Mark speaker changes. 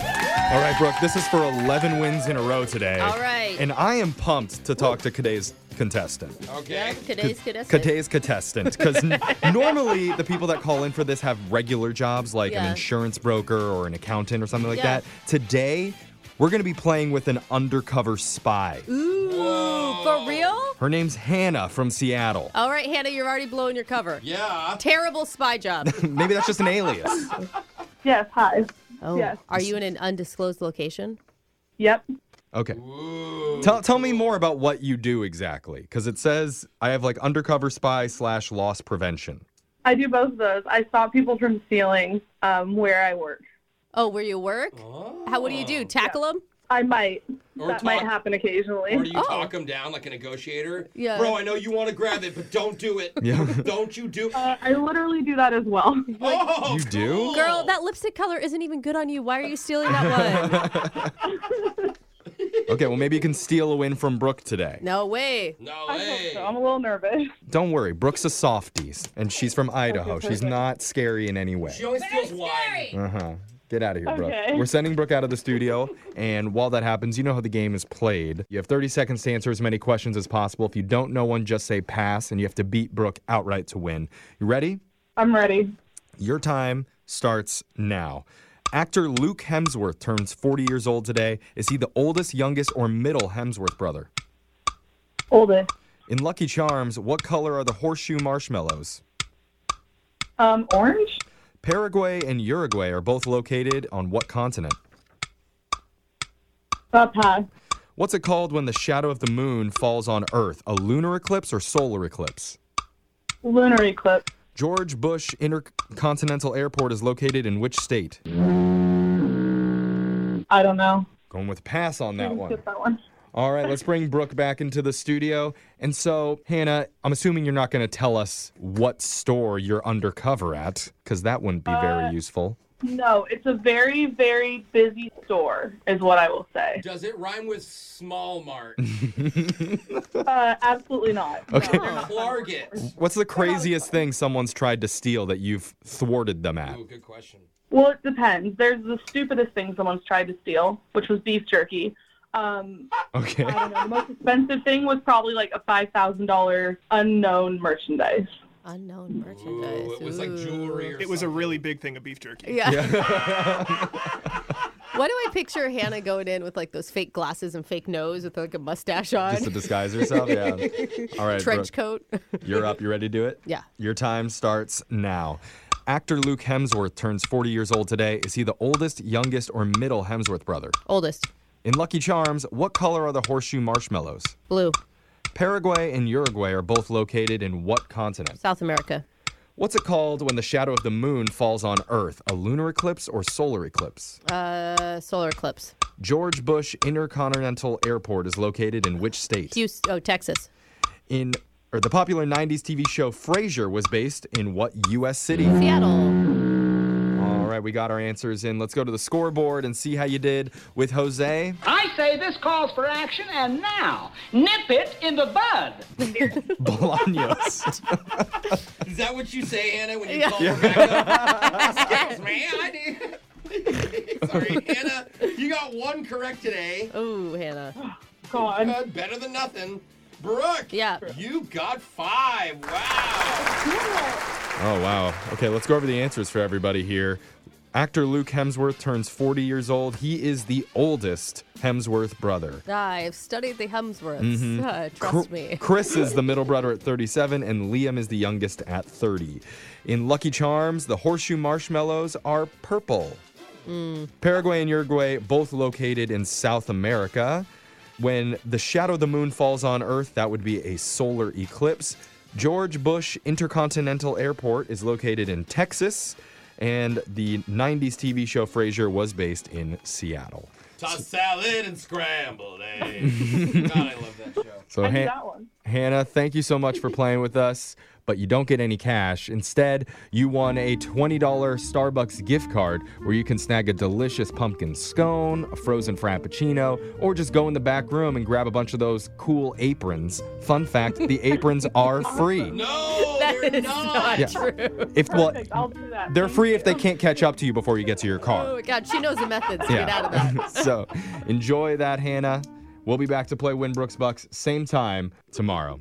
Speaker 1: All right, Brooke, this is for 11 wins in a row today.
Speaker 2: All right.
Speaker 1: And I am pumped to talk to today's contestant.
Speaker 2: Yeah,
Speaker 3: Okay.
Speaker 2: today's good essay.
Speaker 1: Today's contestant, because normally the people that call in for this have regular jobs like an
Speaker 2: Yeah.
Speaker 1: insurance broker or an accountant or something like
Speaker 2: Yeah.
Speaker 1: that. Today, we're going to be playing with an undercover spy.
Speaker 2: Ooh, for real?
Speaker 1: Her name's Hannah from Seattle.
Speaker 2: All right, Hannah, you're already blowing your cover.
Speaker 3: Yeah.
Speaker 2: Terrible spy job.
Speaker 1: Maybe that's just an alias.
Speaker 4: Yes, hi.
Speaker 2: Oh,
Speaker 4: Yes.
Speaker 2: are you in an undisclosed location?
Speaker 4: Yep.
Speaker 1: Okay.
Speaker 3: Ooh.
Speaker 1: Tell, tell me more about what you do exactly, because it says I have like undercover spy slash loss prevention.
Speaker 4: I do both of those. I stop people from stealing um, where I work.
Speaker 2: Oh, where you work? How? What do you do? Tackle them?
Speaker 4: I might.
Speaker 3: Or
Speaker 4: that might
Speaker 3: talk-
Speaker 4: happen
Speaker 3: Or
Speaker 4: occasionally.
Speaker 3: do you talk them down like a negotiator?
Speaker 2: Oh. Yeah.
Speaker 3: Bro, I know you want to grab it, but don't do it.
Speaker 1: Yeah.
Speaker 3: Don't you do
Speaker 4: Uh, I literally do that as well.
Speaker 3: Oh,
Speaker 1: You do?
Speaker 3: cool.
Speaker 2: Girl, that lipstick color isn't even good on you. Why are you stealing that one?
Speaker 1: Okay, well, maybe you can steal a win from Brooke today.
Speaker 2: no way.
Speaker 3: No
Speaker 4: I hope
Speaker 3: way.
Speaker 4: so. I'm a little nervous.
Speaker 1: Don't worry, Brooke's a softies, and she's from Idaho. She's not scary in any way.
Speaker 3: She only steals wine.
Speaker 1: Uh huh. Get out of here, Brooke.
Speaker 4: Okay.
Speaker 1: We're sending Brooke out of the studio, and while that happens, you know how the game is played. You have 30 seconds to answer as many questions as possible. If you don't know one, just say pass, and you have to beat Brooke outright to win. You ready?
Speaker 4: I'm ready.
Speaker 1: Your time starts now. Actor Luke Hemsworth turns 40 years old today. Is he the oldest, youngest, or middle Hemsworth brother?
Speaker 4: Oldest.
Speaker 1: In Lucky Charms, what color are the horseshoe marshmallows?
Speaker 4: Um, orange?
Speaker 1: Paraguay and Uruguay are both located on what continent?
Speaker 4: Uh, pass.
Speaker 1: What's it called when the shadow of the moon falls on Earth? A lunar eclipse or solar eclipse?
Speaker 4: Lunar eclipse.
Speaker 1: George Bush Intercontinental Airport is located in which state?
Speaker 4: I don't know.
Speaker 1: Going with pass on that one.
Speaker 4: Skip that one.
Speaker 1: All right, let's bring Brooke back into the studio. And so, Hannah, I'm assuming you're not going to tell us what store you're undercover at, because that wouldn't be very useful.
Speaker 4: No, it's a very, very busy store, is what I will say.
Speaker 3: Does it rhyme with small mart?
Speaker 4: Uh, absolutely not.
Speaker 1: Okay.
Speaker 4: they're not.
Speaker 3: Clarget.
Speaker 1: What's the craziest thing someone's tried to steal that you've thwarted them at?
Speaker 3: Ooh, good question.
Speaker 4: Well, it depends. There's the stupidest thing someone's tried to steal, which was beef jerky. Um,
Speaker 1: Okay.
Speaker 4: I
Speaker 2: Oh
Speaker 4: don't know. The most expensive thing was probably like a five thousand dollar unknown merchandise.
Speaker 2: Unknown merchandise.
Speaker 3: Ooh, Oh, it was like
Speaker 2: Ooh.
Speaker 3: jewelry or
Speaker 5: It was a
Speaker 3: something.
Speaker 5: really big thing of beef jerky.
Speaker 2: Yeah. Why do I picture Hannah going in with like those fake glasses and fake nose with like a mustache on,
Speaker 1: Just to disguise yourself? Yeah. All right,
Speaker 2: trench
Speaker 1: Brooke,
Speaker 2: coat?
Speaker 1: you're up. You ready to do it?
Speaker 2: Yeah.
Speaker 1: Your time starts now. Actor Luke Hemsworth turns 40 years old today. Is he the oldest, youngest, or middle Hemsworth brother?
Speaker 2: Oldest.
Speaker 1: In Lucky Charms, what color are the horseshoe marshmallows?
Speaker 2: Blue.
Speaker 1: Paraguay and Uruguay are both located in what continent?
Speaker 2: South America.
Speaker 1: What's it called when the shadow of the moon falls on Earth? A lunar eclipse or solar eclipse?
Speaker 2: Uh, solar eclipse.
Speaker 1: George Bush Intercontinental Airport is located in which state?
Speaker 2: Houston. Oh, Texas.
Speaker 1: In or the popular 90s TV show Frasier was based in what US city?
Speaker 2: Seattle.
Speaker 1: All right, we got our answers in. Let's go to the scoreboard and see how you did with Jose.
Speaker 6: I say this calls for action, and now nip it in the bud.
Speaker 1: Bolaños.
Speaker 3: Is that what you say, Hannah, when you
Speaker 2: Yeah.
Speaker 3: call Rebecca? Excuse me, I did. Sorry, Hannah. You got one correct today.
Speaker 2: Ooh, Hannah.
Speaker 4: Go on.
Speaker 3: Good, Uh, better than nothing. Brooke.
Speaker 2: Yeah.
Speaker 3: You got five. Wow.
Speaker 1: Oh, wow. Okay, let's go over the answers for everybody here. Actor Luke Hemsworth turns 40 years old. He is the oldest Hemsworth brother.
Speaker 2: I've studied the Hemsworths. Uh, trust
Speaker 1: Mm-hmm. Cr-
Speaker 2: me.
Speaker 1: Chris is the middle brother at 37, and Liam is the youngest at 30. In Lucky Charms, the horseshoe marshmallows are purple.
Speaker 2: Hmm.
Speaker 1: Paraguay and Uruguay, both located in South America. When the shadow of the moon falls on Earth, that would be a solar eclipse. George Bush Intercontinental Airport is located in Texas, and the 90s TV show Frasier was based in Seattle.
Speaker 3: Toss salad and scrambled eggs. eh? God, I love that show.
Speaker 1: So,
Speaker 4: I knew
Speaker 1: Han-
Speaker 4: that one.
Speaker 1: Hannah, thank you so much for playing with us, but you don't get any cash. Instead, you won a $20 Starbucks gift card where you can snag a delicious pumpkin scone, a frozen frappuccino, or just go in the back room and grab a bunch of those cool aprons. Fun fact the aprons are free.
Speaker 3: No,
Speaker 2: That
Speaker 3: they're
Speaker 2: is
Speaker 3: not.
Speaker 2: not
Speaker 1: Yeah.
Speaker 2: true.
Speaker 1: If well,
Speaker 4: Perfect. I'll do that.
Speaker 1: they're
Speaker 4: Thank
Speaker 1: free
Speaker 4: you.
Speaker 1: if they can't catch up to you before you get to your car.
Speaker 2: Oh my God, she knows the methods to get out of that.
Speaker 1: so enjoy that, Hannah. We'll be back to play Winbrooks Bucks same time tomorrow.